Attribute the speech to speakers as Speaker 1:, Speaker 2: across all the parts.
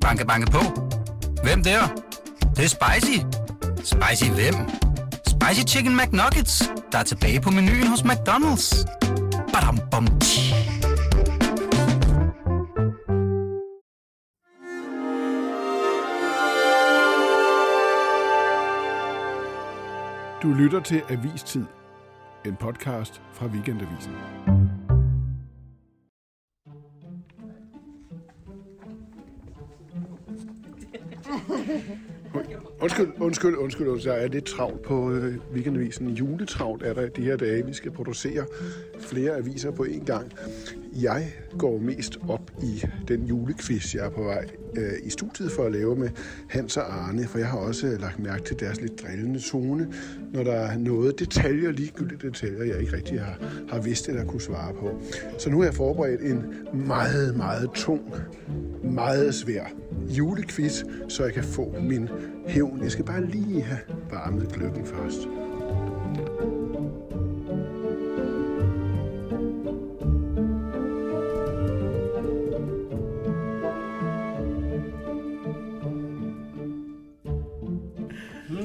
Speaker 1: Banke, banke på. Hvem der? Det, er? det er spicy. Spicy hvem? Spicy Chicken McNuggets, der er tilbage på menuen hos McDonald's. Badum, bom, tji.
Speaker 2: Du lytter til Avistid, en podcast fra Weekendavisen. Undskyld, undskyld, undskyld, undskyld. Jeg er lidt travlt på øh, weekendavisen. Juletravlt er der de her dage. Vi skal producere flere aviser på én gang. Jeg går mest op i den julequiz, jeg er på vej øh, i studiet for at lave med Hans og Arne, for jeg har også øh, lagt mærke til deres lidt drillende tone, når der er noget detaljer, ligegyldige detaljer, jeg ikke rigtig har, har vidst eller kunne svare på. Så nu har jeg forberedt en meget, meget tung, meget svær julequiz, så jeg kan få min hævn. Jeg skal bare lige have varmet gløggen først.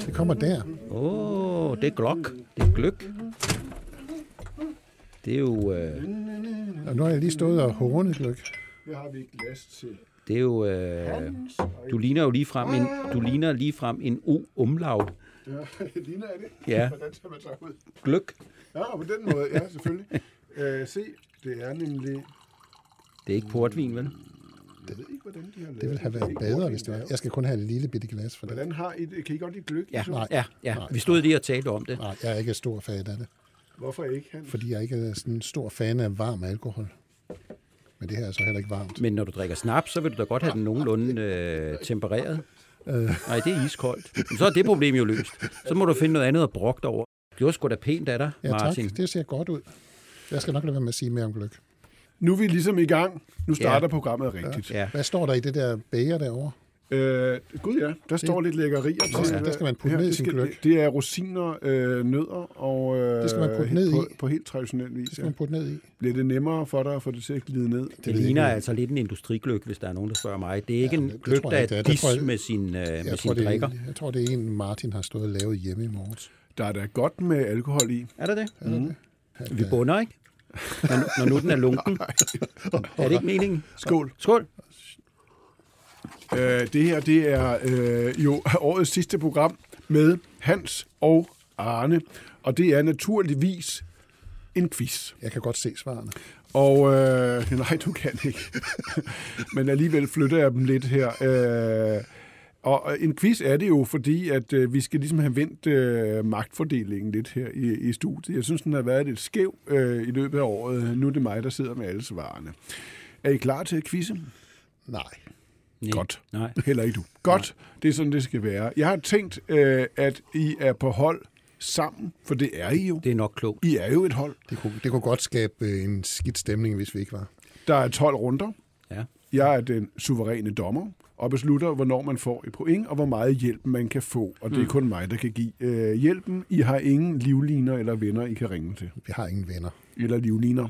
Speaker 3: Det kommer der.
Speaker 4: Åh, oh, det er glok. Det er gløk. Det er jo, øh,
Speaker 3: Og nu har jeg lige stået og hornet gløk.
Speaker 2: Det har vi ikke glas til.
Speaker 4: det er jo, øh, du ligner jo lige frem en, du ligner lige frem en o-umlaut.
Speaker 2: Ligner er det?
Speaker 4: Ja.
Speaker 2: Hvordan tager man sig ud?
Speaker 4: Gløk.
Speaker 2: Ja, på den måde, ja, selvfølgelig. Øh, se, det er nemlig...
Speaker 4: Det er ikke portvin, vel?
Speaker 2: Jeg ved ikke, hvordan de har lavet
Speaker 3: Det ville have været
Speaker 2: er ikke
Speaker 3: bedre,
Speaker 2: ordentligt
Speaker 3: hvis det var.
Speaker 2: lavet.
Speaker 3: Jeg skal kun have et lille bitte glas for det.
Speaker 2: Hvordan har I det? Kan I godt lide gløgg?
Speaker 4: Ja,
Speaker 2: Så
Speaker 3: Nej.
Speaker 4: ja, ja. Vi stod lige og talte om det.
Speaker 3: Nej, jeg er ikke stor fan af det,
Speaker 2: Hvorfor ikke? Han?
Speaker 3: fordi jeg ikke er sådan en stor fan af varm alkohol. Men det her er så heller ikke varmt.
Speaker 4: Men når du drikker snaps, så vil du da godt have den nogenlunde øh, tempereret.
Speaker 3: Øh.
Speaker 4: Nej, det er iskoldt. Men så er det problem jo løst. Så må du finde noget andet at brokke dig over. Det var sgu da pænt af dig,
Speaker 3: Ja, tak.
Speaker 4: Martin.
Speaker 3: Det ser godt ud. Jeg skal nok lade være med at sige mere om gløk.
Speaker 2: Nu er vi ligesom i gang. Nu starter programmet rigtigt.
Speaker 4: Ja.
Speaker 3: Hvad står der i det der bæger derovre?
Speaker 2: Øh, gud ja, der står lidt lækkerier til.
Speaker 3: ja, der skal man putte
Speaker 2: her.
Speaker 3: ned i
Speaker 2: Det
Speaker 3: sin
Speaker 2: skal-
Speaker 3: gløgg.
Speaker 2: Det, det er rosiner, øh, nødder og... Øh,
Speaker 3: Det skal man putte ned
Speaker 2: på,
Speaker 3: i.
Speaker 2: På helt traditionel vis,
Speaker 3: Det skal
Speaker 2: ja.
Speaker 3: man putte ned i.
Speaker 2: Bliver det nemmere for dig at få det til at glide ned?
Speaker 4: Det ligner altså lidt en industrigløk, hvis der er nogen, der spørger mig. Det er ikke
Speaker 3: Ja,
Speaker 4: ja, en
Speaker 3: det
Speaker 4: gløk,
Speaker 3: tror
Speaker 4: der
Speaker 3: jeg ikke,
Speaker 4: er
Speaker 3: det er. Det
Speaker 4: dis
Speaker 3: tror jeg-
Speaker 4: med sin, øh, med
Speaker 3: Jeg tror,
Speaker 4: sin
Speaker 3: det er
Speaker 4: drikker.
Speaker 3: en, jeg tror, det er en, Martin har stået og lavet hjemme i morges.
Speaker 2: Der er da godt med alkohol i.
Speaker 4: Er der det? Mm. Vi bunder, ikke? Når, når nu den er lunken. er det ikke meningen?
Speaker 2: Skål.
Speaker 4: Skål.
Speaker 2: Øh, det her, det er øh, jo årets sidste program med Hans og Arne. Og det er naturligvis en quiz.
Speaker 3: Jeg kan godt se svarene.
Speaker 2: Og øh, nej, du kan ikke. Men alligevel flytter jeg dem lidt her. Øh, og en quiz er det jo, fordi at øh, vi skal ligesom have vendt øh, magtfordelingen lidt her i, i studiet. Jeg synes, den har været lidt skæv øh, i løbet af året. Nu er det mig, der sidder med alle svarene. Er I klar til at quizze?
Speaker 3: Nej.
Speaker 4: Nej.
Speaker 2: Godt.
Speaker 4: Nej.
Speaker 2: Heller ikke du. Godt. Det er sådan, det skal være. Jeg har tænkt, øh, at I er på hold sammen, for det er I jo.
Speaker 4: Det er nok klogt.
Speaker 2: I er jo et hold.
Speaker 3: Det kunne, det kunne godt skabe øh, en skidt stemning, hvis vi ikke var.
Speaker 2: Der er 12 runder.
Speaker 4: Ja.
Speaker 2: Jeg er den suveræne dommer og beslutter, hvornår man får et point, og hvor meget hjælp man kan få. Og
Speaker 3: Mm.
Speaker 2: det er kun mig, der kan give øh, hjælpen. I har ingen livliner eller venner, I kan ringe til.
Speaker 3: Vi har ingen venner.
Speaker 2: Eller livliner.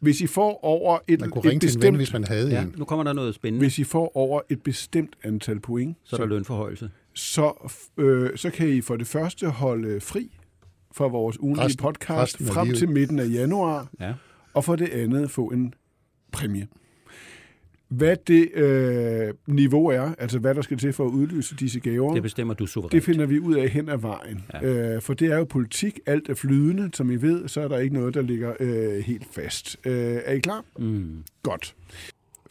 Speaker 2: Hvis I får over et,
Speaker 3: Man kunne
Speaker 2: et
Speaker 3: ringe til en
Speaker 2: bestemt,
Speaker 3: ven, hvis man havde
Speaker 4: ja.
Speaker 3: en.
Speaker 4: Nu kommer der noget spændende,
Speaker 2: hvis I får over et bestemt antal point,
Speaker 4: så er der lønforhøjelse.
Speaker 2: så, øh, så kan I for det første holde fri fra vores ugenlige
Speaker 3: Resten-
Speaker 2: podcast
Speaker 3: resten af
Speaker 2: frem
Speaker 3: livet.
Speaker 2: til midten af januar,
Speaker 4: Ja.
Speaker 2: og for det andet få en præmie. Hvad det øh, niveau er, altså hvad der skal til for at udløse disse
Speaker 3: Mm.
Speaker 2: gaver,
Speaker 4: Det
Speaker 2: det,
Speaker 4: bestemmer du
Speaker 2: det
Speaker 4: suverænt.
Speaker 2: finder vi ud af hen ad vejen. Ja. Øh, for det er jo politik, alt er flydende, som I ved, så er der ikke noget, der ligger øh, helt fast. Øh, er I klar?
Speaker 4: Mm.
Speaker 2: Godt.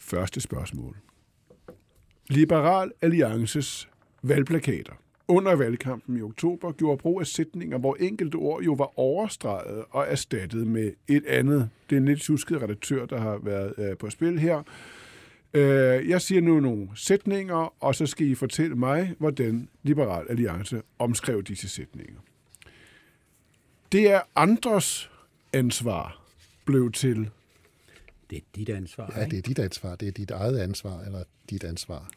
Speaker 2: Første spørgsmål. Liberal Alliances valgplakater under valgkampen i oktober gjorde brug af sætninger, hvor enkelte ord jo var overstreget og erstattet med et andet. Det er en lidt susket redaktør, der har været øh, på spil her. Øh, jeg siger nu nogle sætninger, og så skal I fortælle mig, hvordan Liberal Alliance omskrev disse sætninger. Det er andres ansvar blev til
Speaker 4: Det er dit ansvar.
Speaker 3: Ja, det er dit ansvar. Det er dit eget ansvar, eller dit ansvar.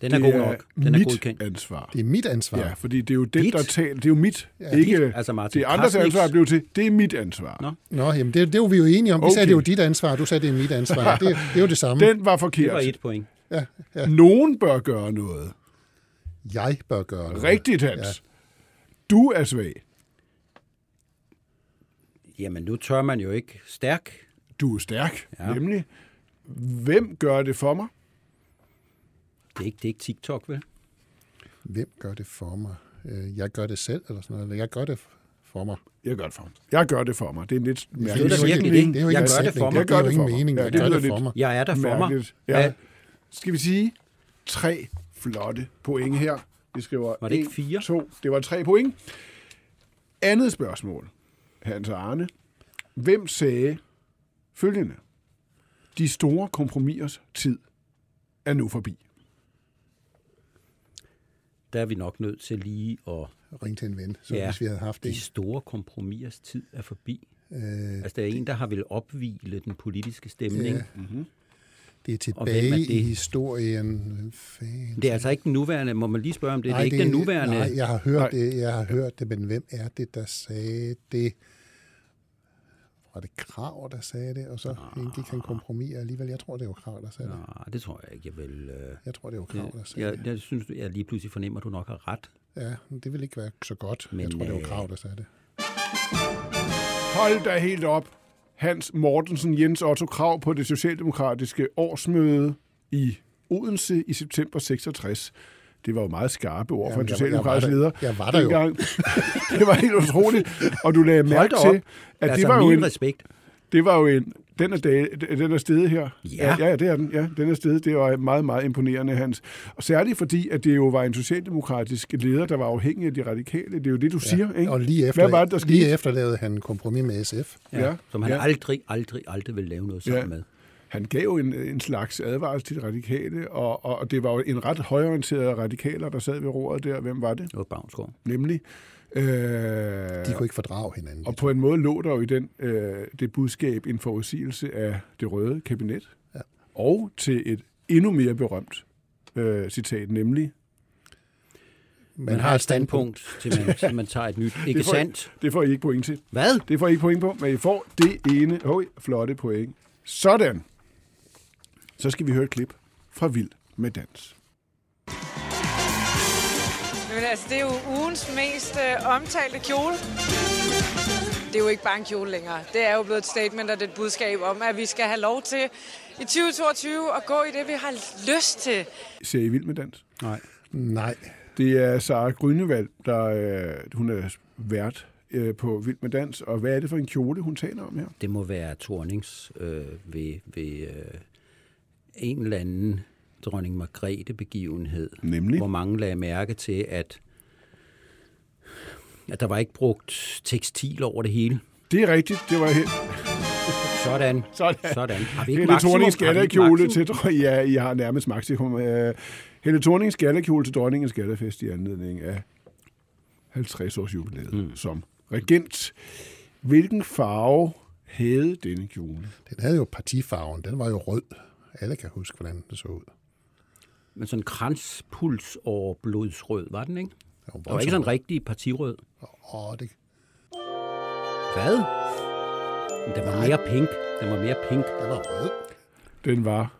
Speaker 4: Den er god nok. Den er
Speaker 2: mit
Speaker 4: godkendt.
Speaker 2: ansvar.
Speaker 3: Det er mit ansvar.
Speaker 2: Ja, fordi det er jo det,
Speaker 4: Dit?
Speaker 2: der taler. Det er jo mit, ja,
Speaker 4: dit.
Speaker 2: ikke
Speaker 4: Altså, Martin
Speaker 2: det er andres
Speaker 4: Krasniks-
Speaker 2: ansvar blev til. Det er mit ansvar.
Speaker 4: Nå.
Speaker 3: Nå, jamen det, det var vi jo enige om. Vi okay. sagde,
Speaker 2: Okay.
Speaker 3: det var dit ansvar, og du sagde, det er mit ansvar. Det, det er jo det samme. Den...
Speaker 2: Den var
Speaker 4: Det var
Speaker 2: forkert.
Speaker 4: et point.
Speaker 2: Nogen bør gøre noget.
Speaker 3: Jeg bør gøre det.
Speaker 2: Rigtigt, Hans. Du er svag.
Speaker 4: Jamen, nu tør man jo ikke stærk.
Speaker 2: Du er stærk,
Speaker 4: Ja.
Speaker 2: ja. nemlig. Hvem gør det for mig?
Speaker 4: Det er ikke, det er ikke TikTok, vel?
Speaker 3: Hvem gør det for mig? Øh, Jeg gør det selv, eller sådan noget. Eller jeg gør det for mig.
Speaker 2: Jeg gør det for mig. Jeg gør det for mig. Det er lidt
Speaker 3: Ja,
Speaker 4: det er
Speaker 2: mærkeligt.
Speaker 4: da
Speaker 3: jo ikke-
Speaker 4: virkelig det.
Speaker 3: Det er jo ikke en
Speaker 4: Jeg gør det
Speaker 3: sætning.
Speaker 4: for mig.
Speaker 3: Det
Speaker 2: Jeg gør
Speaker 3: er jo
Speaker 2: det for mig.
Speaker 3: ingen mening.
Speaker 2: Ja,
Speaker 3: Jeg
Speaker 2: det
Speaker 3: gør
Speaker 2: lyder
Speaker 3: det for
Speaker 2: lidt-
Speaker 3: mig.
Speaker 4: Jeg er der for mig.
Speaker 2: Mærkeligt.
Speaker 4: Hvad-
Speaker 2: Ja. Skal vi sige tre flotte point her? Vi skriver
Speaker 4: Var det ikke
Speaker 2: en,
Speaker 4: fire?
Speaker 2: To. Det var tre point. Andet spørgsmål, Hans og Arne. Hvem sagde følgende? De store kompromisers tid er nu forbi.
Speaker 4: Der er vi nok nødt til lige at...
Speaker 3: Ring til en ven, så ja. hvis vi havde haft
Speaker 4: De
Speaker 3: det.
Speaker 4: store kompromisers tid er forbi.
Speaker 3: Øh,
Speaker 4: Altså, der er en, der har vil opvile den politiske stemning.
Speaker 3: Ja. det er
Speaker 4: Og hvem er
Speaker 3: tilbage i
Speaker 4: det?
Speaker 3: historien. Hvem Fanden.
Speaker 4: Det er altså ikke den nuværende. Må man lige spørge om det? det er ikke
Speaker 3: det-
Speaker 4: den nuværende.
Speaker 3: Nej, jeg har hørt
Speaker 2: Nej.
Speaker 3: det, jeg har hørt det, men hvem er det, der sagde det? Var det Krav, der sagde det, og så
Speaker 4: Ah.
Speaker 3: indgik han kompromis alligevel? Jeg tror, det var Krav, der sagde det.
Speaker 4: Nej, det tror jeg ikke, jeg vil... Øh...
Speaker 3: Jeg tror, det var Krav, der sagde det.
Speaker 4: Jeg, jeg synes, jeg lige pludselig fornemmer, at du nok har ret.
Speaker 3: Ja, men det ville ikke være så godt.
Speaker 4: Men,
Speaker 3: jeg tror, det var
Speaker 4: øh,
Speaker 3: Krav, der sagde det.
Speaker 2: Hold da helt op. Hans Mortensen, Jens Otto Krav på det socialdemokratiske årsmøde i Odense i september 66. Det var jo meget skarpe ord for
Speaker 3: Jamen,
Speaker 2: en
Speaker 3: jeg var- jeg var
Speaker 2: socialdemokratisk
Speaker 3: der-
Speaker 2: leder.
Speaker 3: jeg var der jo.
Speaker 2: dengang. det var helt utroligt. Og du lagde
Speaker 4: Hold
Speaker 2: mærke
Speaker 4: da
Speaker 2: til,
Speaker 4: op.
Speaker 2: at
Speaker 4: altså,
Speaker 2: det, var jo
Speaker 4: min
Speaker 2: en,
Speaker 4: respekt.
Speaker 2: det var jo en... Den er, dag- den er stedet her.
Speaker 4: Ja.
Speaker 2: ja, det er den. Ja, den er stedet. Det var meget, meget imponerende, Hans. Og særligt fordi, at det jo var en socialdemokratisk leder, der var afhængig af de radikale. Det er jo det, du ja. siger, ikke?
Speaker 3: Og lige efter,
Speaker 2: Hvad var det, der skete?
Speaker 3: lige efter lavede han kompromis med SF.
Speaker 4: Ja, ja, som han ja.
Speaker 2: ja.
Speaker 4: aldrig, aldrig, aldrig vil lave noget sammen ja.
Speaker 2: Ja.
Speaker 4: med.
Speaker 2: Han gav jo en, en slags advarsel til de radikale, og, og, og det var jo en ret højorienteret radikaler, der sad ved roret der. Hvem var det?
Speaker 4: Det var Bavnsgaard.
Speaker 2: Nemlig. Øh,
Speaker 3: De kunne ikke fordrage hinanden.
Speaker 2: og på en måde lå der jo i den, øh, det budskab en forudsigelse af det røde kabinet,
Speaker 3: Ja.
Speaker 2: og til et endnu mere berømt øh, citat, nemlig,
Speaker 3: Man
Speaker 4: Man har et standpunkt, til man, til man tager et nyt. Ikke
Speaker 2: får-
Speaker 4: sandt?
Speaker 2: det får I ikke point til.
Speaker 4: Hvad?
Speaker 2: Det får I ikke point på, men I får det ene høj, flotte point. Sådan. Så skal vi høre et klip fra Vild med Dans.
Speaker 5: Jamen, altså, det er jo ugens mest øh, omtalte kjole. Det er jo ikke bare en kjole længere. Det er jo blevet et statement og det er et budskab om, at vi skal have lov til i 2022 at gå i det, vi har lyst til.
Speaker 2: Ser I Vild med Dans?
Speaker 4: Nej.
Speaker 3: Nej,
Speaker 2: Det er Sara Grynevald, der øh, hun er vært øh, på Vild med Dans. Og hvad er det for en kjole, hun taler om her?
Speaker 4: Det må være Tornings øh, ved, ved øh, en eller anden dronning Margrethe begivenhed.
Speaker 2: Nemlig?
Speaker 4: Hvor mange lagde mærke til, at, at der var ikke brugt tekstil over det hele.
Speaker 2: Det er rigtigt, det var helt...
Speaker 4: Sådan.
Speaker 2: Sådan.
Speaker 4: Sådan. Har vi
Speaker 2: Det
Speaker 4: ikke
Speaker 2: er
Speaker 4: maksimum?
Speaker 2: Thornings
Speaker 4: Har vi ikke
Speaker 2: skattekjole
Speaker 4: maksimum?
Speaker 2: til... Ja, I har nærmest maksimum. Øh, Helle Thornings skattekjole til dronningens skattefest i anledning af 50-års jubilæet mm. som regent. Hvilken farve havde denne kjole?
Speaker 3: den havde jo partifarven. Den var jo rød. Alle kan huske, hvordan det så ud.
Speaker 4: Men sådan kranspuls over blodsrød, var den ikke?
Speaker 3: Den
Speaker 4: Der var ikke sådan en rigtig partirød.
Speaker 3: Åh, det,
Speaker 4: Hvad? Men Den var mere pink. Den var mere pink.
Speaker 3: den var rød.
Speaker 2: Den var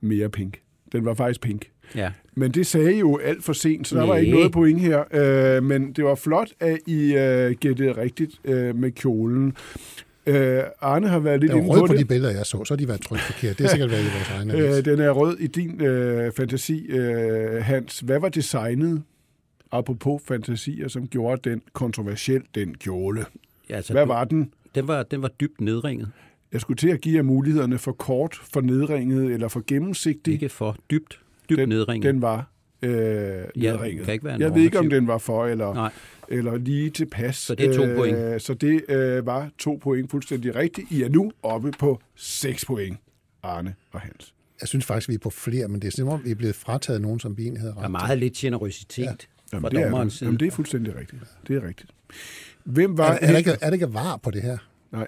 Speaker 2: mere pink. Den var faktisk pink.
Speaker 4: Ja.
Speaker 2: Men det sagde I jo alt for sent, så der var
Speaker 4: Næh.
Speaker 2: ikke noget point her. Øh, men det var flot, at I øh, gættede rigtigt øh, med kjolen. Øh, Arne har været lidt
Speaker 3: Den
Speaker 2: inde
Speaker 3: var rød
Speaker 2: på
Speaker 3: på
Speaker 2: det.
Speaker 3: de billeder, jeg så. Så har de været trykt forkert. Det er sikkert været i vores egne avis.
Speaker 2: Øh, den er rød i din øh, fantasi, øh, Hans. Hvad var designet, apropos fantasier, som gjorde den kontroversiel, den kjole?
Speaker 4: ja altså,
Speaker 2: Hvad var den?
Speaker 4: Den var, den var dybt nedringet.
Speaker 2: Jeg skulle til at give jer mulighederne for kort, for nedringet eller for gennemsigtig.
Speaker 4: Ikke for dybt. Dybt
Speaker 2: den,
Speaker 4: nedringet.
Speaker 2: Den var øh, nedringet.
Speaker 4: kan ikke være
Speaker 2: jeg ved ikke, om
Speaker 4: normativ.
Speaker 2: den var for eller,
Speaker 4: Nej.
Speaker 2: eller lige tilpas. Så
Speaker 4: det er to point.
Speaker 2: Så det øh, var to point fuldstændig rigtigt. I er nu oppe på seks point, Arne og Hans.
Speaker 3: Jeg synes faktisk, vi er på flere, men det er som om, vi er blevet frataget nogen, som vi egentlig havde
Speaker 4: Der er
Speaker 3: ret.
Speaker 4: meget lidt generøsitet ja. fra
Speaker 2: det, er,
Speaker 4: dommerens
Speaker 2: jamen,
Speaker 4: side.
Speaker 2: det er fuldstændig rigtigt. Det er rigtigt. Hvem
Speaker 3: Er,
Speaker 2: var,
Speaker 3: er, der ikke, er der ikke var på det her?
Speaker 2: Nej.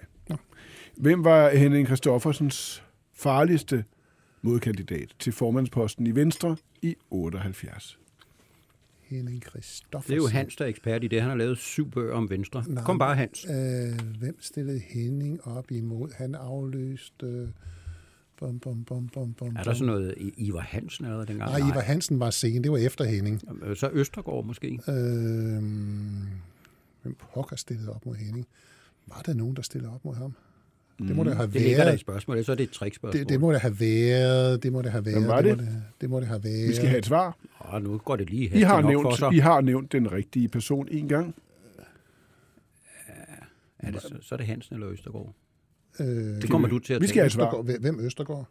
Speaker 2: Hvem var Henning Christoffersens farligste modkandidat til formandsposten i Venstre i 78.
Speaker 3: Henning
Speaker 4: Det
Speaker 3: Christoffersen.
Speaker 4: er jo Hans, der er ekspert i det. Han har lavet syv bøger om Venstre.
Speaker 3: Nej.
Speaker 4: Kom bare, Hans.
Speaker 3: Øh, hvem stillede Henning op imod? Han afløste... Øh, bom, bom, bom, bom, bom,
Speaker 4: Er der sådan noget I- Ivar Hansen allerede dengang?
Speaker 3: Nej, Ivar Hansen var sen. Det var efter Henning.
Speaker 4: Øh, Så Østergaard måske.
Speaker 3: Øh, hvem pokker stillede op mod Henning? Var der nogen, der stillede op mod ham? Det må der have
Speaker 4: Mm. Det ligger der i
Speaker 3: været.
Speaker 4: spørgsmålet, så er det et trickspørgsmål.
Speaker 3: Det, det må der have været. Det må der have været.
Speaker 2: var det?
Speaker 3: Det, må der, det må der have været.
Speaker 2: Vi skal have et svar.
Speaker 4: Åh, nu går det lige
Speaker 2: I
Speaker 4: hastigt
Speaker 2: har,
Speaker 4: nok for
Speaker 2: nævnt, I
Speaker 4: sig.
Speaker 2: har nævnt den rigtige person en gang.
Speaker 4: Er det, så, så er det Hansen eller Østergaard.
Speaker 3: øh,
Speaker 4: Det kommer du til at
Speaker 2: Vi skal have
Speaker 4: tænke.
Speaker 2: et svar.
Speaker 3: Østergaard. Hvem- Hvem Østergaard?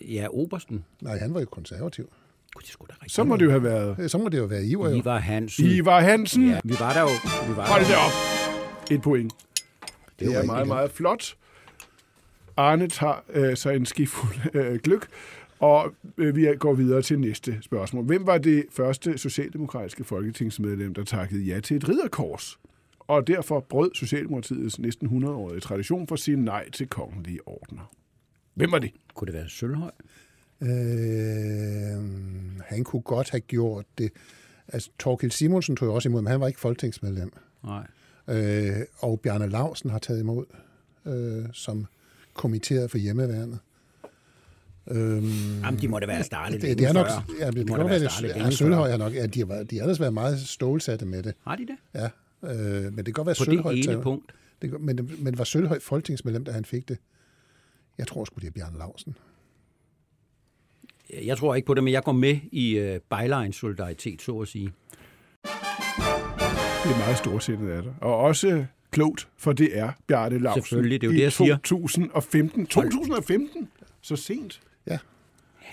Speaker 4: Ja, Obersten.
Speaker 3: Nej, han var jo konservativ.
Speaker 4: Gud, det skulle da
Speaker 2: Så må det jo have været
Speaker 3: Øh, Så må det jo være Ivar. Jo.
Speaker 4: Ivar Hansen.
Speaker 2: Ivar Hansen.
Speaker 4: Ja, vi var der jo. Vi var
Speaker 2: Hold
Speaker 4: der.
Speaker 2: det op. Et point. Det,
Speaker 3: var
Speaker 2: det er
Speaker 3: ikke
Speaker 2: meget,
Speaker 3: godt.
Speaker 2: meget flot. Arne tager øh, så en skifuld øh, gløk, og øh, vi går videre til næste spørgsmål. Hvem var det første socialdemokratiske folketingsmedlem, der takkede ja til et ridderkors? Og derfor brød Socialdemokratiets næsten 100-årige tradition for at sige nej til kongelige ordner. Hvem var det?
Speaker 4: Kunne det være Sølvhøj?
Speaker 3: Øh, han kunne godt have gjort det. Altså, Torkild Simonsen tog jo også imod, men han var ikke folketingsmedlem.
Speaker 4: Nej.
Speaker 3: Øh, og Bjarne Lausen har taget imod øh, som kommitteret for hjemmeværnet. Øh,
Speaker 4: Jamen, de må da være startet
Speaker 3: det, det,
Speaker 4: længe
Speaker 3: er nok,
Speaker 4: før.
Speaker 3: ja, det,
Speaker 4: De
Speaker 3: det kan
Speaker 4: må da
Speaker 3: godt
Speaker 4: være
Speaker 3: være,
Speaker 4: startet
Speaker 3: det
Speaker 4: længe
Speaker 3: ja, Sølhøj har nok, ja, de har, været, de har ellers været meget stålsatte med det.
Speaker 4: før. Har de det?
Speaker 3: Ja, øh, men det kan godt være,
Speaker 4: På
Speaker 3: Sølhøj
Speaker 4: det ene
Speaker 3: tager-
Speaker 4: punkt.
Speaker 3: det, kan- men, men var Sølhøj folketingsmedlem, da han fik det? Jeg tror sgu, det er Bjarne Lausen.
Speaker 4: Jeg tror ikke på det, men jeg går med i øh, Bylines solidaritet, så at sige.
Speaker 2: Det er meget storsindet af dig. Og også klogt, for det er Bjarne Lausen.
Speaker 4: Selvfølgelig, det er jo
Speaker 2: i
Speaker 4: det, jeg siger.
Speaker 2: 2015. 2015? Så sent.
Speaker 3: Ja.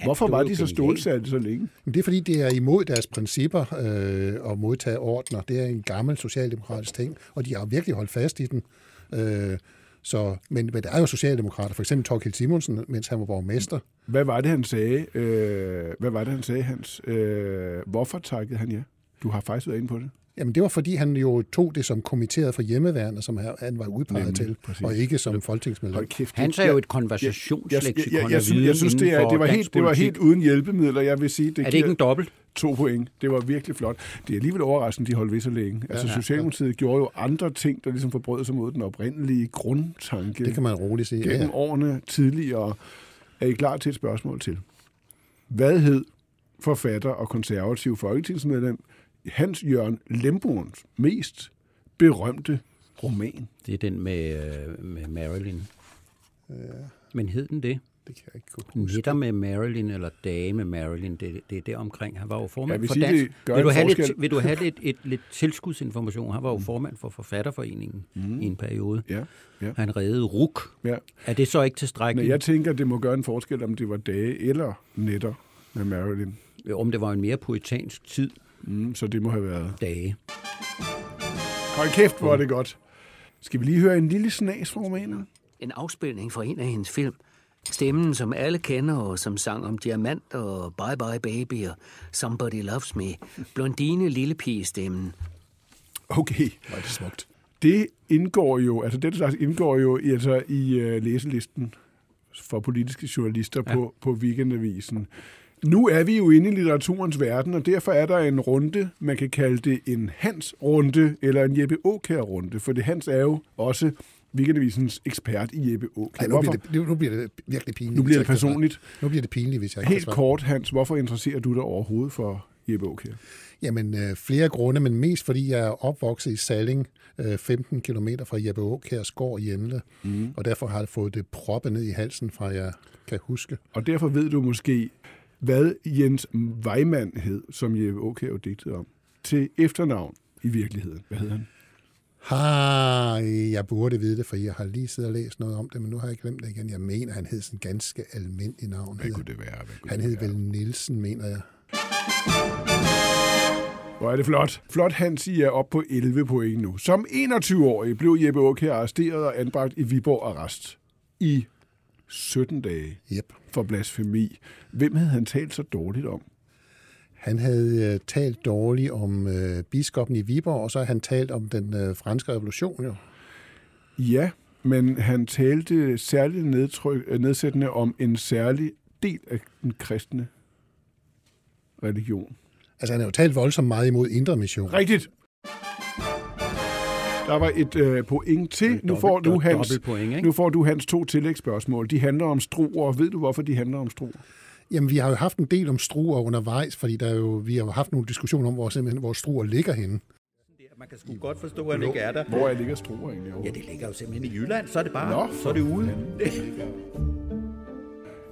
Speaker 2: Hvorfor
Speaker 4: det
Speaker 2: var
Speaker 4: var
Speaker 2: de
Speaker 4: jo
Speaker 2: så
Speaker 4: genialt.
Speaker 2: stålsatte så længe?
Speaker 3: Men det er fordi, det er imod deres principper øh, at modtage ordner. Det er en gammel socialdemokratisk ting, og de har virkelig holdt fast i den. Øh, så, men, men der er jo socialdemokrater, for eksempel Torkild Simonsen, mens han var borgmester.
Speaker 2: Hvad var det, han sagde? Øh, hvad var det, han sagde, Hans? Øh, hvorfor takkede han ja? Du har faktisk været inde på det.
Speaker 3: Jamen det var fordi, han jo tog det som kommitteret for hjemmeværende, som han- han var udpeget
Speaker 2: Nemlig,
Speaker 3: Nemlig, til,
Speaker 2: præcis.
Speaker 3: præcis. og ikke som folketingsmedlem.
Speaker 2: Hold kæft.
Speaker 4: Han
Speaker 2: det-
Speaker 4: sagde jo
Speaker 2: jeg- jeg,
Speaker 4: et
Speaker 2: jeg,
Speaker 4: konversationsleksikon
Speaker 2: jeg, jeg,
Speaker 4: af
Speaker 2: synes, jeg
Speaker 4: viden
Speaker 2: synes, det, er,
Speaker 4: inden for
Speaker 2: det, var helt,
Speaker 4: dansk
Speaker 2: det var
Speaker 4: politik.
Speaker 2: helt uden hjælpemidler. Jeg vil sige, det,
Speaker 4: Er det ikke en dobbelt?
Speaker 2: to point. Det var virkelig flot. Det er alligevel overraskende, de holdt ved så længe. Altså,
Speaker 3: ja, ja.
Speaker 2: Socialdemokratiet gjorde jo andre ting, der ligesom forbrød sig mod den oprindelige grundtanke.
Speaker 3: Det kan man roligt sige. Ja,
Speaker 2: gennem
Speaker 3: ja.
Speaker 2: årene tidligere. Er I klar til et spørgsmål til? Hvad hed forfatter og konservativ folketingsmedlem Hans Jørgen Lembrons mest berømte roman?
Speaker 4: Det er den med, øh, med Marilyn. Men hed den det?
Speaker 3: Det kan jeg ikke kunne huske.
Speaker 4: Netter med Marilyn, eller Dage med Marilyn, det, det er der omkring. Han var jo
Speaker 2: Jeg
Speaker 4: formand
Speaker 2: vil
Speaker 4: for
Speaker 2: sige,
Speaker 4: dansk.
Speaker 2: det gør
Speaker 4: vil, du
Speaker 2: en
Speaker 4: have
Speaker 2: forskel. Mm.
Speaker 4: lidt, vil du have lidt, et, lidt tilskudsinformation? Han var jo formand for Forfatterforeningen mm. i en periode.
Speaker 2: Ja, ja.
Speaker 4: Han reddede RUK.
Speaker 2: ja.
Speaker 4: Er det så ikke
Speaker 2: Men
Speaker 4: tilstrækkeligt?
Speaker 2: jeg tænker, det må gøre en forskel, om det var dage eller nætter med Marilyn.
Speaker 4: Om det var en mere poetansk tid,
Speaker 2: Mm, så det må have været.
Speaker 4: Dage.
Speaker 2: Hold kæft, hvor er det godt. Skal vi lige høre en lille snas fra romanen?
Speaker 6: En afspilning fra en af hendes film. Stemmen, som alle kender, og som sang om Diamant og Bye Bye Baby og Somebody Loves Me. Blondine lille pigestemmen.
Speaker 2: Okay.
Speaker 3: Var det smukt.
Speaker 2: Det indgår jo, altså den slags indgår jo i, altså, i uh, læselisten for politiske journalister ja. på, på Weekendavisen. Nu er vi jo inde i litteraturens verden, og derfor er der en runde, man kan kalde det en Hans-runde, eller en Jeppe Aakjær-runde, for det Hans er jo også Weekendavisens ekspert i Jeppe Aakjær.
Speaker 3: Ej, nu, bliver det, nu- nu bliver det virkelig pinligt.
Speaker 2: Nu bliver
Speaker 3: hvis
Speaker 2: det
Speaker 3: jeg ikke kan svare.
Speaker 2: personligt.
Speaker 3: Nu bliver det pinligt, hvis jeg ikke kan
Speaker 2: Helt
Speaker 3: svare.
Speaker 2: kort, Hans, hvorfor interesserer du dig overhovedet for Jeppe Aakjær?
Speaker 3: Jamen, øh, flere grunde, men mest fordi jeg er opvokset i Salling, øh, 15 km fra Jeppe Aakjærs gård i Emle, mm. og derfor har jeg fået det proppet ned i halsen, fra jeg kan huske.
Speaker 2: Og derfor ved du måske, hvad Jens Weimann hed, som Jeppe Aakjær jo digtede om, til efternavn i virkeligheden. Hvad hed han?
Speaker 3: Har jeg burde vide det, for jeg har lige siddet og læst noget om det, men nu har jeg glemt det igen. Jeg mener, han hed sådan ganske almindelig navn. Hedder.
Speaker 2: det være? Hvad kunne
Speaker 3: Han hed vel Nielsen, mener jeg.
Speaker 2: Hvor er det flot. Flot Hans, I er oppe på 11 point nu. Som 21-årig blev Jeppe Aakjær arresteret og anbragt i Viborg Arrest i 17 dage
Speaker 3: Yep.
Speaker 2: for blasfemi. Hvem havde han talt så dårligt om?
Speaker 3: Han havde øh, talt dårligt om øh, biskoppen i Viborg, og så har han talt om den øh, franske revolution jo.
Speaker 2: Ja, men han talte særligt nedtryk, øh, nedsættende om en særlig del af den kristne religion.
Speaker 3: Altså, han har jo talt voldsomt meget imod indre mission.
Speaker 2: Rigtigt. Der var et øh, point til. Nu får, du
Speaker 4: dobbelt-
Speaker 2: hans,
Speaker 4: dobbelt point, ikke?
Speaker 2: nu får du hans to tillægsspørgsmål. De handler om stroer. Ved du, hvorfor de handler om stroer?
Speaker 3: Jamen, vi har jo haft en del om struer undervejs, fordi der er jo, vi har jo haft nogle diskussioner om, hvor, simpelthen, hvor struer ligger henne.
Speaker 4: Man kan sgu godt forstå, at han ikke er der.
Speaker 2: Hvor er ligger stroer egentlig?
Speaker 4: Ja, det ligger jo simpelthen i Jylland. Så er det bare,
Speaker 2: Nå,
Speaker 4: så er det ude.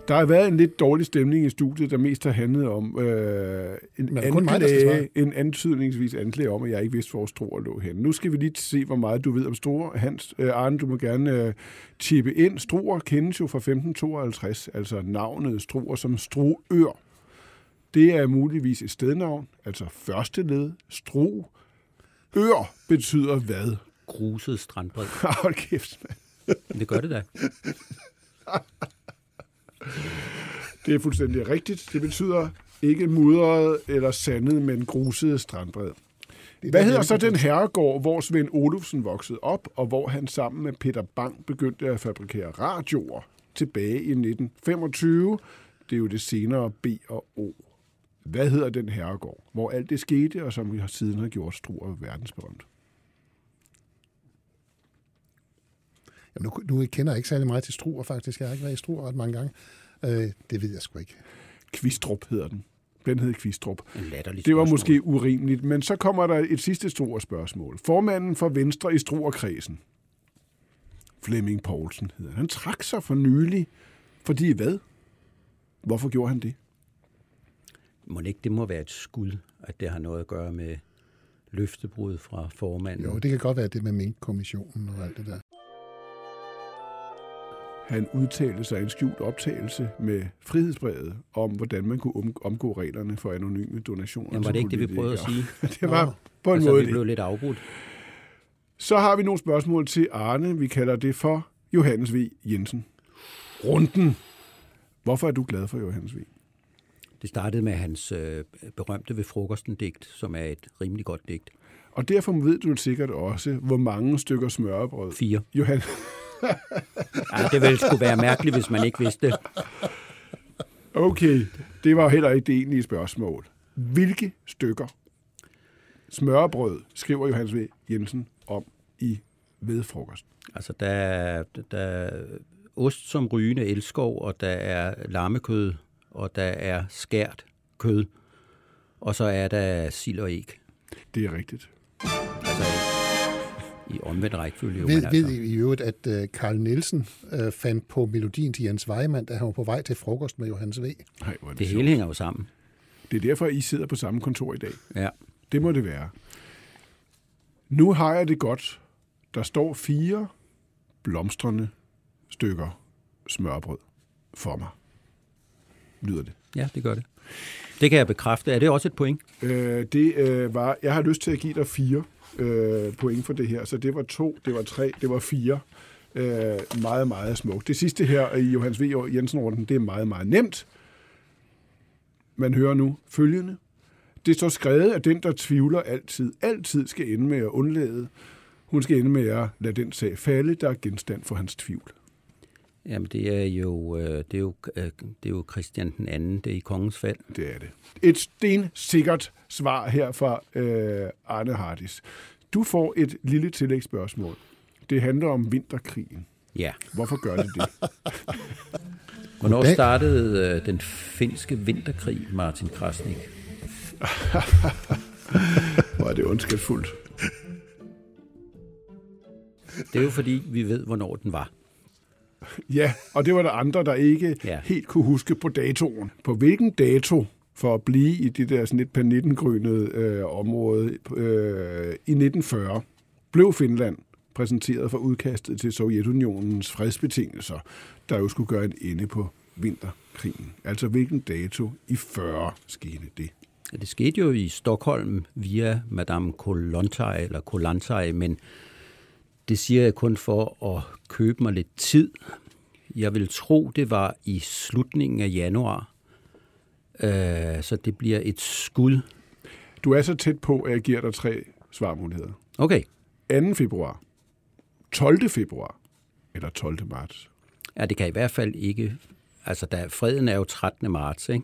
Speaker 2: Der har været en lidt dårlig stemning i studiet, der mest har handlet om øh, en,
Speaker 3: Men kun mig, der skal svare.
Speaker 2: anklage, en antydningsvis anklage om, at jeg ikke vidste, hvor Struer lå henne. Nu skal vi lige se, hvor meget du ved om Struer. Hans, øh, Arne, du må gerne øh, tippe ind. Struer kendes jo fra 1552, altså navnet Struer som Struør. Det er muligvis et stednavn, altså første led, Stro. Ør betyder hvad?
Speaker 4: Gruset strandbred.
Speaker 2: Hold kæft, mand.
Speaker 4: Det gør det da.
Speaker 2: Det er fuldstændig rigtigt. Det betyder ikke mudret eller sandet, men gruset strandbred. Hvad hedder så den herregård, hvor Svend Olufsen voksede op, og hvor han sammen med Peter Bang begyndte at fabrikere radioer tilbage i 1925? Det er jo det senere B og O. Hvad hedder den herregård, hvor alt det skete, og som vi har siden har gjort Struer verdensberømt?
Speaker 3: Jamen, nu, nu kender jeg ikke særlig meget til struer, faktisk. Jeg har ikke været i struer ret mange gange. Øh, det ved jeg sgu ikke.
Speaker 2: Kvistrup hedder den. Den hed Kvistrup.
Speaker 4: En latterlig
Speaker 2: Det var
Speaker 4: spørgsmål.
Speaker 2: måske urimeligt, men så kommer der et sidste stort spørgsmål. Formanden for Venstre i Struerkredsen, Flemming Poulsen hedder han, han trak sig for nylig, fordi hvad? Hvorfor gjorde han det?
Speaker 4: Må det ikke, det må være et skud, at det har noget at gøre med løftebrud fra formanden.
Speaker 3: Jo, det kan godt være det med minkkommissionen og alt det der.
Speaker 2: Han udtalte sig i en skjult optagelse med frihedsbrevet om, hvordan man kunne om- omgå reglerne for anonyme donationer.
Speaker 4: Jamen, var
Speaker 2: til
Speaker 4: det ikke det, vi prøvede at
Speaker 2: politikere. det
Speaker 3: Nå.
Speaker 2: var på en
Speaker 4: altså,
Speaker 2: måde
Speaker 4: vi
Speaker 2: det.
Speaker 4: blev lidt afbrudt.
Speaker 2: Så har vi nogle spørgsmål til Arne. Vi kalder det for Johannes V. Jensen. Runden. Hvorfor er du glad for Johannes V?
Speaker 4: Det startede med hans øh, berømte ved frokosten digt, som er et rimelig godt digt.
Speaker 2: Og derfor ved du sikkert også, hvor mange stykker smørbrød
Speaker 4: Fire.
Speaker 2: Johan...
Speaker 4: Ej, det ville sgu være mærkeligt, hvis man ikke vidste det.
Speaker 2: Okay, det var jo heller ikke det egentlige spørgsmål. Hvilke stykker smørbrød skriver Johannes V. Jensen om i ved frokost?
Speaker 4: Altså, der er, der er ost som rygende elskov, og der er lammekød, og der er skært kød, og så er der sild og æg.
Speaker 2: Det er rigtigt.
Speaker 4: Altså, i, i omvendt rækkefølge. Jo,
Speaker 3: Ved,
Speaker 4: men
Speaker 3: ved
Speaker 4: altså,
Speaker 3: I i øvrigt, at øh, Carl Nielsen øh, fandt på melodien til Jens Weimann, da han var på vej til frokost med Johannes V.
Speaker 2: Nej, hvor er det,
Speaker 4: det
Speaker 2: sjovt.
Speaker 4: hele hænger jo sammen.
Speaker 2: det er derfor, I sidder på samme kontor i dag.
Speaker 4: Ja.
Speaker 2: Det må det være. Nu har jeg det godt. Der står fire blomstrende stykker smørbrød for mig. Lyder det.
Speaker 4: ja, det gør det. Det kan jeg bekræfte. Er det også et point?
Speaker 2: Øh, det øh, var, jeg har lyst til at give dig fire øh, point for det her. Så det var to, det var tre, det var fire. Øh, meget, meget smukt. Det sidste her i Johannes V. Jensen-orden, det er meget, meget nemt. Man hører nu følgende. Det står skrevet, at den, der tvivler altid, altid skal ende med at undlade. Hun skal ende med at lade den sag falde, der er genstand for hans tvivl.
Speaker 4: Jamen, det er jo, øh, det er jo, øh, det er jo Christian den anden, det er i kongens fald.
Speaker 2: Det er det. Et stensikkert svar her fra øh, Arne Hardis. Du får et lille tillægsspørgsmål. Det handler om vinterkrigen.
Speaker 4: Ja.
Speaker 2: Hvorfor gør det det?
Speaker 4: Hvornår
Speaker 3: Goddag.
Speaker 4: startede øh, den finske vinterkrig, Martin Krasnik?
Speaker 2: Hvor er det ondskabsfuldt.
Speaker 4: Det er jo fordi, vi ved, hvornår den var.
Speaker 2: Ja, og det var der andre, der ikke ja.
Speaker 4: Ja.
Speaker 2: helt kunne huske på datoen. På hvilken dato for at blive i det der sådan lidt panittengrynede øh, område øh, i 1940, blev Finland præsenteret for udkastet til Sovjetunionens fredsbetingelser, der jo skulle gøre en ende på vinterkrigen. Altså hvilken dato i 40 skete det?
Speaker 4: Ja, Det skete jo i Stockholm via Madame Kolontai, eller Kolontai, men det siger jeg kun for at købe mig lidt tid. Jeg vil tro, det var i slutningen af januar, øh, så det bliver et skud.
Speaker 2: Du er så tæt på, at jeg giver dig tre svarmuligheder.
Speaker 4: Okay,
Speaker 2: 2. februar, 12. februar eller 12. marts.
Speaker 4: ja, det kan i hvert fald ikke... altså der, freden er jo 13. marts, ikke?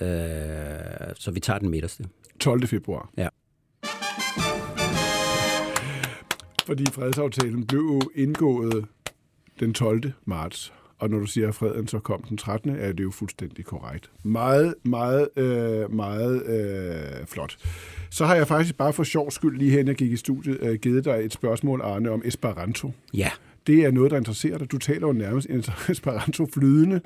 Speaker 4: Øh, så vi tager den midterste.
Speaker 2: 12. februar.
Speaker 4: Ja.
Speaker 2: Fordi fredsaftalen blev jo indgået den 12. marts. Og når du siger, at freden så kom den 13., er det jo fuldstændig korrekt. Meget, meget, øh, meget øh, flot. Så har jeg faktisk bare for sjov skyld, lige hen jeg gik i studiet, øh, givet dig et spørgsmål, Arne, om Esperanto.
Speaker 4: Ja,
Speaker 2: Det er noget, der interesserer dig. Du taler jo nærmest Esperanto flydende.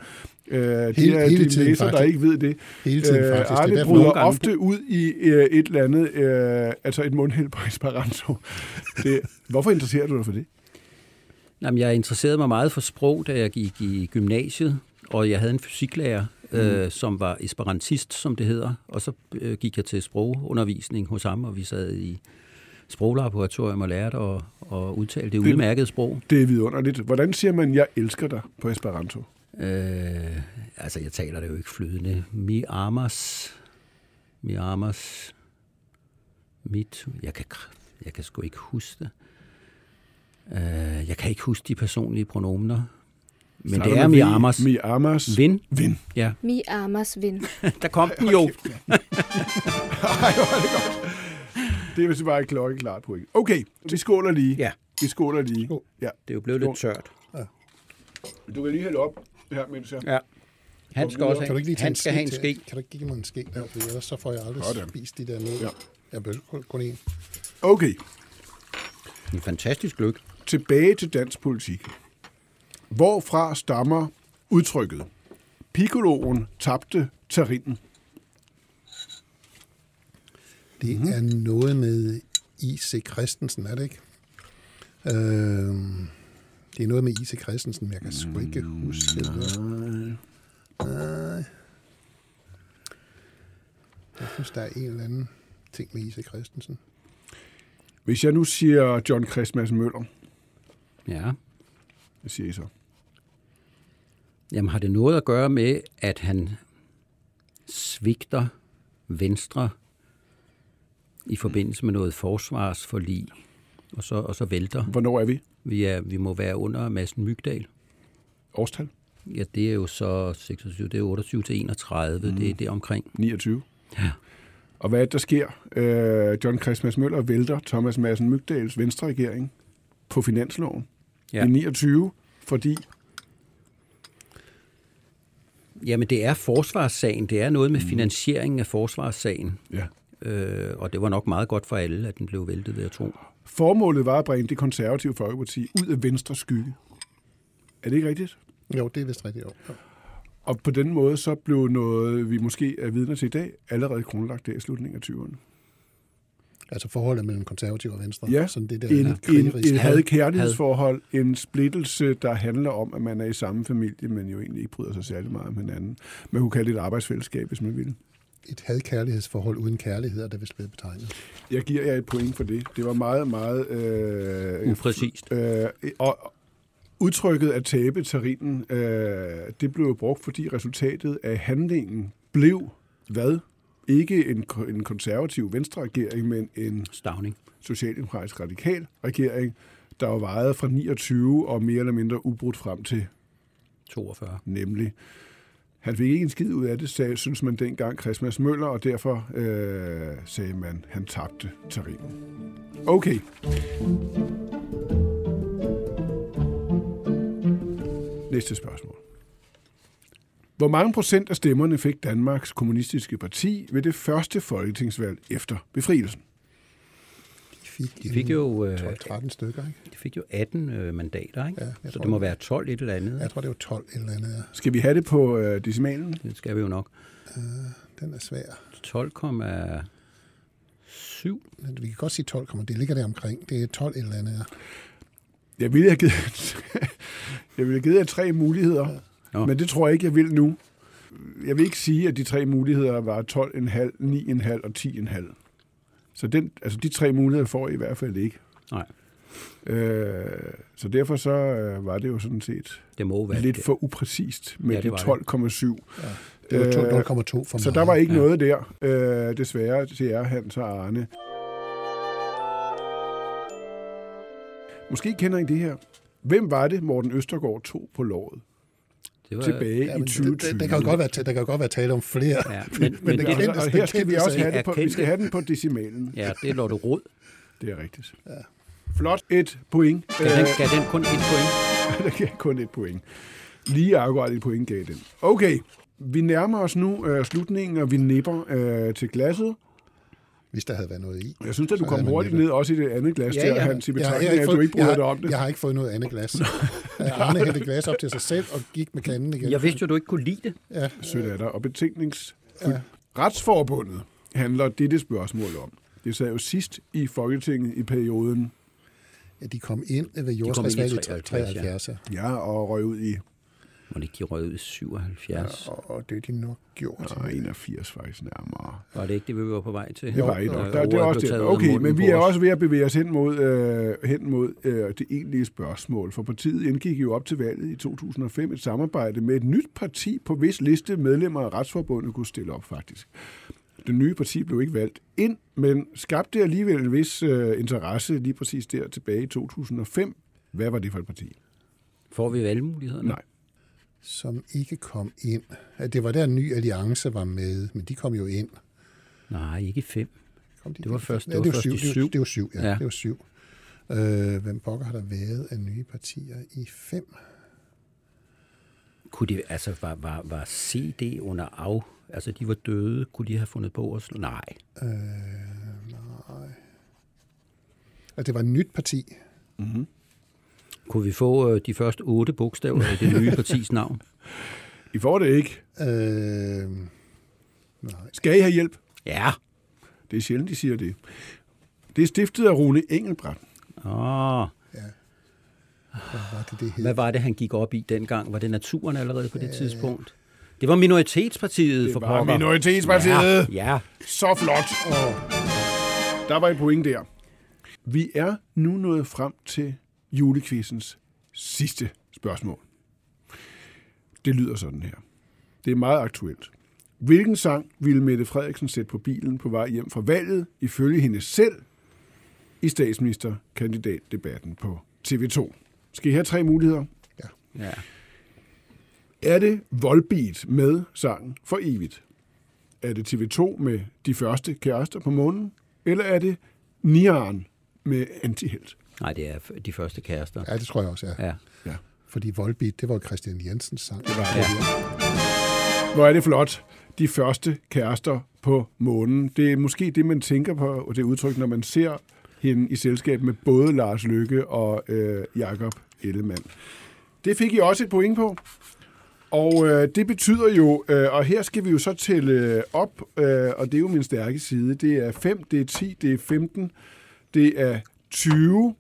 Speaker 2: Øh, hele, de
Speaker 3: Hele-
Speaker 2: er
Speaker 3: hele
Speaker 2: de
Speaker 3: tiden,
Speaker 2: læser, der
Speaker 3: faktisk.
Speaker 2: ikke ved det. Øh,
Speaker 3: Hele tiden, faktisk. Det er
Speaker 2: Arne
Speaker 3: derfor,
Speaker 2: bryder
Speaker 4: nogle gange-
Speaker 2: ofte ud i øh, et eller andet, øh, altså et mundhæld på Esperanto. Det, hvorfor interesserer du dig for det?
Speaker 4: Jamen, jeg interesserede mig meget for sprog, da jeg gik i gymnasiet, og jeg havde en fysiklærer, mm. øh, som var esperantist, som det hedder, og så øh, gik jeg til sprogundervisning hos ham, og vi sad i sproglaboratorium og lærte at, at udtale det udmærkede sprog.
Speaker 2: Det er vidunderligt. Hvordan siger man, jeg elsker dig på Esperanto?
Speaker 4: Øh, altså, jeg taler det jo ikke flydende. Mi amas, mi amas, mit, jeg kan, kr- jeg kan sgu ikke huske det. Øh, jeg kan ikke huske de personlige pronomener. Men
Speaker 2: Starter
Speaker 4: det er
Speaker 2: med
Speaker 4: mi
Speaker 2: vi-
Speaker 4: amas.
Speaker 2: Mi amas.
Speaker 4: Vind.
Speaker 2: Vind.
Speaker 4: Ja,
Speaker 7: Mi amas ven.
Speaker 4: der kom den jo.
Speaker 2: Ej, hvor er det godt. Det er vist bare et klokkeklart point. Okay, vi skåler lige.
Speaker 4: Ja.
Speaker 2: Vi skåler lige.
Speaker 3: Skål.
Speaker 2: Ja.
Speaker 4: Det er jo blevet lidt tørt.
Speaker 2: Du kan lige hælde op her, mens jeg...
Speaker 4: Ja. Han skal også
Speaker 3: Kan du ikke lige tage
Speaker 4: have, han skal have en
Speaker 3: til-
Speaker 4: ske.
Speaker 3: Kan du ikke give mig en ske der, for ellers så får jeg aldrig
Speaker 2: Sådan.
Speaker 3: spist de der ned.
Speaker 2: Ja.
Speaker 3: Ja. Jeg behøver kun- kun en.
Speaker 2: Okay,
Speaker 4: En fantastisk lykke.
Speaker 2: tilbage til dansk politik. Hvorfra stammer udtrykket? Piccoloen tabte terrinen.
Speaker 3: Det
Speaker 2: Mhm.
Speaker 3: mm-hmm. er noget med I.C. Christensen, er det ikke? Øh, det er noget med I.C. Christensen, men jeg kan sgu ikke
Speaker 2: Mm,
Speaker 3: huske det. Nej. Jeg synes, der er en eller anden ting med I.C. Christensen.
Speaker 2: Hvis jeg nu siger John Christmas Møller,
Speaker 4: Ja.
Speaker 2: hvad siger I så?
Speaker 4: Jamen har det noget at gøre med, at han svigter Venstre i forbindelse med noget forsvarsforlig, og så, og så vælter.
Speaker 2: Hvornår er vi?
Speaker 4: Vi, er, vi må være under Madsen Mygdal.
Speaker 2: Årstal?
Speaker 4: Ja, det er jo så 26, det er 28 til 31, mm. det er det omkring.
Speaker 2: 29.
Speaker 4: Ja.
Speaker 2: Og hvad er det, der sker? Øh, John Christmas Møller vælter Thomas Madsen Mygdals venstre regering på finansloven ja.
Speaker 4: Ja.
Speaker 2: i 29, fordi
Speaker 4: Jamen det er forsvarssagen, det er noget med finansieringen af forsvarssagen.
Speaker 2: ja.
Speaker 4: Øh, og det var nok meget godt for alle, at den blev væltet ved at tro.
Speaker 2: formålet var at bringe det konservative folkeparti ud af venstre skygge. Er det ikke rigtigt?
Speaker 3: Jo, det er vist rigtigt. Jo.
Speaker 2: Og på den måde så blev noget, vi måske er vidner til i dag, allerede grundlagt der i slutningen af 20'erne.
Speaker 3: Altså forholdet mellem konservative og venstre.
Speaker 2: Ja,
Speaker 3: sådan det der
Speaker 2: en, en,
Speaker 3: krigeriske-
Speaker 2: en had-kærlighedsforhold, en splittelse, der handler om, at man er i samme familie, men jo egentlig ikke bryder sig særlig meget om hinanden. Man kunne kalde det et arbejdsfællesskab, hvis man ville.
Speaker 3: et had-kærlighedsforhold uden kærlighed, er det vist blevet betegnet.
Speaker 2: Jeg giver jer et point for det. Det var meget, meget... Øh,
Speaker 4: Upræcist.
Speaker 2: øh, og udtrykket at tabe terrinen, øh, det blev jo brugt, fordi resultatet af handlingen blev hvad? Ikke en, ko- en konservativ venstre-regering, men en
Speaker 4: Stavning.
Speaker 2: socialdemokratisk radikal regering, der var vejet fra 29 og mere eller mindre ubrudt frem til
Speaker 4: 42.
Speaker 2: nemlig. Han fik ikke en skid ud af det, sagde, synes man dengang, Christmas Møller, og derfor øh, sagde man, han tabte terrinen. Okay. Næste spørgsmål. Hvor mange procent af stemmerne fik Danmarks kommunistiske parti ved det første folketingsvalg efter befrielsen?
Speaker 3: De fik,
Speaker 4: De fik jo, øh,
Speaker 3: 12-13 stykker, ikke?
Speaker 4: de fik jo 18 øh, mandater, ikke?
Speaker 3: Ja,
Speaker 4: Ja,
Speaker 3: jeg
Speaker 4: så
Speaker 3: tror
Speaker 4: det må
Speaker 3: det.
Speaker 4: være 12 et eller andet.
Speaker 3: Jeg tror, det var 12 et eller andet. ja.
Speaker 2: Skal vi have det på øh, decimalen?
Speaker 4: Det skal vi jo nok.
Speaker 3: Den er svær.
Speaker 4: 12,7.
Speaker 3: Men vi kan godt sige 12, kommer- det ligger der omkring. Det er 12 et eller andet. ja.
Speaker 2: Jeg ville have givet, jeg ville have givet jer tre muligheder, ja.
Speaker 4: Nå.
Speaker 2: men det tror jeg ikke, jeg vil nu. Jeg vil ikke sige, at de tre muligheder var 12,5, 9,5 og 10,5. Så den, altså de tre muligheder får I i hvert fald ikke.
Speaker 4: Nej,
Speaker 2: Øh, så derfor så øh, var det jo sådan set
Speaker 4: det må være
Speaker 2: lidt
Speaker 4: det.
Speaker 2: for upræcist med
Speaker 4: Ja, det
Speaker 2: ja, de
Speaker 4: var det.
Speaker 2: 12,7.
Speaker 3: Det var
Speaker 2: Øh,
Speaker 3: 12 0,2 for
Speaker 2: Så
Speaker 3: meget.
Speaker 2: der var ikke
Speaker 4: Ja.
Speaker 2: noget der, øh, desværre, til jer, Hans og Arne. Måske kender I det her. Hvem var det, Morten Østergaard tog på låret?
Speaker 4: Det var,
Speaker 2: tilbage ja, i
Speaker 3: men det,
Speaker 2: 2020.
Speaker 3: det, der, kan jo godt være, der kan jo godt være tale om flere.
Speaker 4: Ja, men-
Speaker 3: men,
Speaker 4: men
Speaker 3: den
Speaker 4: det-
Speaker 2: og,
Speaker 3: kendtes,
Speaker 2: og
Speaker 3: den
Speaker 2: altså, her skal vi
Speaker 3: kendtes
Speaker 2: også
Speaker 3: er-
Speaker 2: have det på, vi skal
Speaker 4: erkendte-
Speaker 2: have den på decimalen. Ja.
Speaker 4: Ja, det er Lotte Rod.
Speaker 2: Det er rigtigt. Ja. Flot et point.
Speaker 4: Gav den,
Speaker 2: Øh,
Speaker 4: gav den kun et point.
Speaker 2: Der gav kun et point. Lige akkurat et point gav den. Okay, vi nærmer os nu øh, slutningen, og vi nipper øh, til glasset.
Speaker 3: Hvis der havde været noget i.
Speaker 2: Jeg synes, at du
Speaker 3: Så
Speaker 2: kom
Speaker 3: havde man
Speaker 2: hurtigt
Speaker 3: nippet.
Speaker 2: ned, også i det andet glas, ja, til at have til
Speaker 3: Jeg har
Speaker 2: betragtning,
Speaker 3: ikke
Speaker 2: af, at
Speaker 3: fået-
Speaker 2: du ikke
Speaker 3: jeg
Speaker 2: bryder
Speaker 3: har-
Speaker 2: dig om det.
Speaker 3: Jeg har ikke fået noget andet glas. Øh, Arne hældte et glas op til sig selv og gik med kanden igen.
Speaker 4: Jeg vidste jo, du ikke kunne lide det.
Speaker 2: Sødt af dig. Og betænknings... Ja. Retsforbundet handler dette spørgsmål om. Det sad jo sidst i Folketinget i perioden,
Speaker 3: Ja, de kom ind øh, ved
Speaker 4: ind i
Speaker 3: jordslagsvalget i
Speaker 4: 73,
Speaker 3: 73. Ja.
Speaker 2: ja, og røg ud i
Speaker 4: Må ikke de røg ud i 77? Ja,
Speaker 3: Og, og det er de nok gjort.
Speaker 2: nej, 81 faktisk nærmere.
Speaker 4: var det ikke det, vi var på vej til?
Speaker 2: Det var et
Speaker 4: Da
Speaker 2: nok. Der,
Speaker 4: ordet
Speaker 2: det er også
Speaker 4: blev
Speaker 2: det.
Speaker 4: taget ud af
Speaker 2: Okay,
Speaker 4: munden
Speaker 2: men vi er
Speaker 4: på os.
Speaker 2: også ved at bevæge os hen mod, øh, hen mod øh, det egentlige spørgsmål. For partiet indgik jo op til valget i 2005 et samarbejde med et nyt parti, på hvis liste medlemmer af Retsforbundet kunne stille op faktisk. Det nye parti blev ikke valgt ind, men skabte alligevel en vis øh, interesse lige præcis der tilbage i 2005. Hvad var det for et parti?
Speaker 4: Får vi valgmulighederne?
Speaker 2: Nej.
Speaker 3: som ikke kom ind. At Det var der, Ny Alliance var med, men de kom jo ind.
Speaker 4: Nej, ikke fem.
Speaker 3: Kom de
Speaker 4: Det var
Speaker 3: ind?
Speaker 4: først- det
Speaker 3: ja,
Speaker 4: var
Speaker 3: det var
Speaker 4: først
Speaker 3: syv.
Speaker 4: i
Speaker 3: Det var-
Speaker 4: syv.
Speaker 3: Det var syv, ja.
Speaker 4: Ja.
Speaker 3: ja. Det var syv. Øh, hvem pokker har der været af nye partier i fem?
Speaker 4: Kunne de, altså, var, var, var CD under af? Altså, de var døde. Kunne de have fundet på at slå? Nej.
Speaker 3: Øh, Altså, det var et nyt parti.
Speaker 4: Kunne vi få øh, de første otte bogstaver i det nye partis navn?
Speaker 2: I får det ikke.
Speaker 3: Øh,
Speaker 2: Skal I have hjælp?
Speaker 4: Ja.
Speaker 2: Det er sjældent, de siger det. Det er stiftet af Rune Engelbrandt.
Speaker 4: Åh,
Speaker 3: hvad var det, det hed?
Speaker 4: hvad var det, han gik op i dengang? Var det naturen allerede på det tidspunkt? Det var Minoritetspartiet for
Speaker 2: Øh. var
Speaker 4: pokker.
Speaker 2: Minoritetspartiet.
Speaker 4: Ja, ja.
Speaker 2: Så flot. Og der var et point der. Vi er nu nået frem til julekvissens sidste spørgsmål. Det lyder sådan her. Det er meget aktuelt. Hvilken sang ville Mette Frederiksen sætte på bilen på vej hjem fra valget, ifølge hende selv, i statsministerkandidatdebatten på TV2? Skal I have tre muligheder?
Speaker 4: ja.
Speaker 2: Er det Volbeat med sangen For Evigt? Er det TV2 med De Første Kærester på månen? Eller er det Nian med Antihelt?
Speaker 4: Nej, det er f- de første kærester.
Speaker 3: Ja, det tror jeg også, ja.
Speaker 4: Ja.
Speaker 3: Fordi Volbeat, det var Christian Jensens sang. Det var
Speaker 4: Ja.
Speaker 2: Hvor er det flot. De Første Kærester på månen. Det er måske det, man tænker på, og det udtryk, når man ser hende i selskab med både Lars Lykke og øh, Jakob Ellemann. Det fik I også et point på. Og øh, det betyder jo, øh, og her skal vi jo så tælle øh, op, øh, og det er jo min stærke side, det er 5, det er 10, det er 15, det er 20,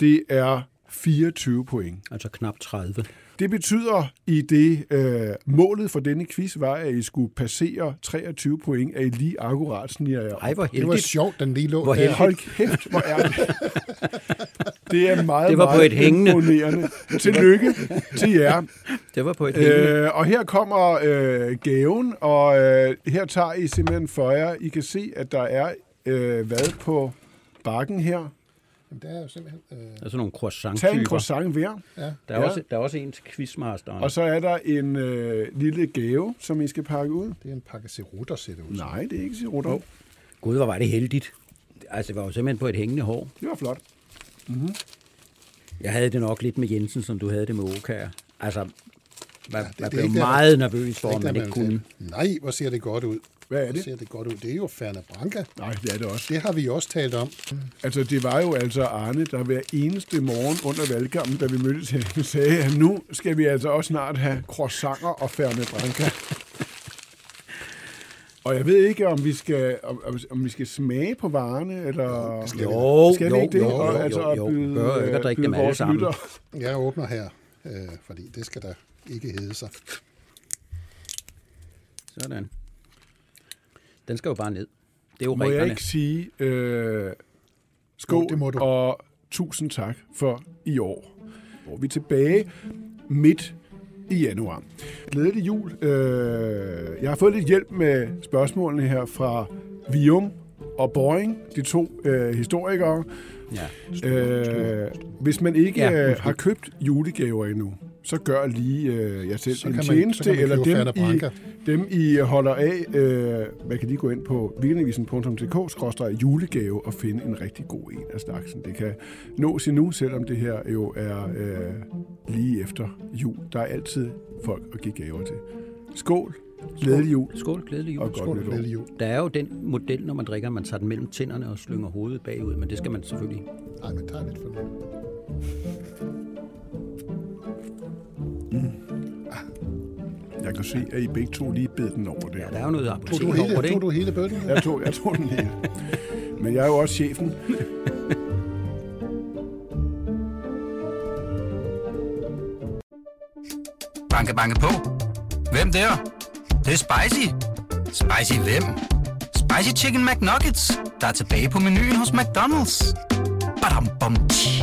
Speaker 2: det er 24 point.
Speaker 4: Altså knap 30.
Speaker 2: Det betyder i det øh, målet for denne quiz var, at I skulle passere 23 point, at I lige akkurat sniger jer. op.
Speaker 4: Ej, hvor heldigt.
Speaker 3: Det var sjovt, den lige lå.
Speaker 4: Hvor
Speaker 3: der.
Speaker 4: heldigt.
Speaker 2: Hold kæft, hvor er det. Det er meget,
Speaker 4: Det var på
Speaker 2: meget
Speaker 4: et hængende.
Speaker 2: imponerende. Tillykke til jer.
Speaker 4: Det var på et øh,
Speaker 2: Øh, og her kommer øh, gaven, og øh, her tager I simpelthen for jer. I kan se, at der er øh, hvad på bakken her.
Speaker 3: Jamen, der er jo simpelthen... Øh,
Speaker 4: Altså nogle
Speaker 2: Tag en
Speaker 4: croissant-typer.
Speaker 2: croissant hver.
Speaker 4: Der
Speaker 2: Ja.
Speaker 4: er, også, der er også en til quizmasteren.
Speaker 2: Og så er der en øh, lille gave, som I skal pakke ud.
Speaker 3: det er en pakke serutter, ser det ud. som.
Speaker 2: Nej, det er ikke sirutter. Oh.
Speaker 4: Gud, hvor var det heldigt. Altså, det var jo simpelthen på et hængende hår.
Speaker 2: Det var flot.
Speaker 4: Jeg havde det nok lidt med Jensen, som du havde det med Åkager. Altså, man, ja,
Speaker 3: det-
Speaker 4: man
Speaker 3: det er
Speaker 4: blev
Speaker 3: ikke der,
Speaker 4: meget nervøs for,
Speaker 3: Det er
Speaker 4: om man
Speaker 3: der,
Speaker 4: ikke kunne.
Speaker 3: vil- Nej, hvor ser det godt ud.
Speaker 2: Hvad er
Speaker 3: Hvor
Speaker 2: det?
Speaker 3: ser det godt ud. Det er jo Fernabranca.
Speaker 2: Nej, det er det også.
Speaker 3: Det har vi jo også talt om.
Speaker 2: Altså, det var jo altså Arne, der hver eneste morgen under valgkampen, da vi mødtes her, sagde, at nu skal vi altså også snart have croissanter og færne branca. og jeg ved ikke, om vi skal, om, om- om vi skal smage på varerne, eller...
Speaker 4: Jo,
Speaker 2: skal vi
Speaker 4: jo,
Speaker 2: ikke det?
Speaker 4: jo,
Speaker 2: og,
Speaker 4: jo,
Speaker 2: altså,
Speaker 4: jo,
Speaker 2: at
Speaker 4: jo.
Speaker 2: byde,
Speaker 4: Gør ikke at
Speaker 2: øh,
Speaker 4: drikke
Speaker 2: byde
Speaker 4: dem alle
Speaker 2: vores
Speaker 4: sammen.
Speaker 2: lyttere-
Speaker 3: Jeg åbner her, øh, fordi det skal der ikke hedde sig.
Speaker 4: Sådan. Den skal jo bare ned. Det er jo
Speaker 2: Må jeg
Speaker 4: reglerne.
Speaker 2: ikke sige øh, skål
Speaker 3: Jo, det må du.
Speaker 2: og tusind tak for i år. Hvor vi er tilbage midt i januar. Glædelig jul. Øh, jeg har fået lidt hjælp med spørgsmålene her fra Vium og Boring, de to øh, historikere.
Speaker 4: Ja.
Speaker 2: Øh, hvis man ikke
Speaker 4: Ja,
Speaker 2: ja,
Speaker 4: undskyld.
Speaker 2: har købt julegaver endnu, så gør lige øh, jer selv
Speaker 3: Så
Speaker 2: en
Speaker 3: kan man-
Speaker 2: tjeneste,
Speaker 3: så kan man
Speaker 2: eller
Speaker 3: købe
Speaker 2: dem
Speaker 3: Ferner
Speaker 2: I,
Speaker 3: Branca.
Speaker 2: dem, I holder af, øh, man kan lige gå ind på weekendavisen.dk-julegave og finde en rigtig god en af slagsen. Det kan nås endnu, selvom det her jo er øh, lige efter jul. Der er altid folk at give gaver til. Skål, glædelig jul
Speaker 4: Skål, glædelig jul.
Speaker 2: og godt
Speaker 3: Skål og
Speaker 2: nytår.
Speaker 3: glædelig jul.
Speaker 4: Der er jo den model, når man drikker, man tager den mellem tænderne og slynger hovedet bagud, men det skal man selvfølgelig
Speaker 3: Ej, man tager lidt for lidt.
Speaker 2: Jeg kan se, at I begge to lige bed den over der.
Speaker 4: Ja, der er jo noget
Speaker 3: Tog
Speaker 4: apotek
Speaker 3: du hele,
Speaker 4: over det,
Speaker 3: tog
Speaker 4: ikke?
Speaker 3: du hele bøtten?
Speaker 2: Jeg tog, jeg tog den hele. Men jeg er jo også chefen.
Speaker 1: Banke, banke på. Hvem der? Det, det er spicy. Spicy hvem? Spicy Chicken McNuggets, der er tilbage på menuen hos McDonald's. Badum, bom, tji.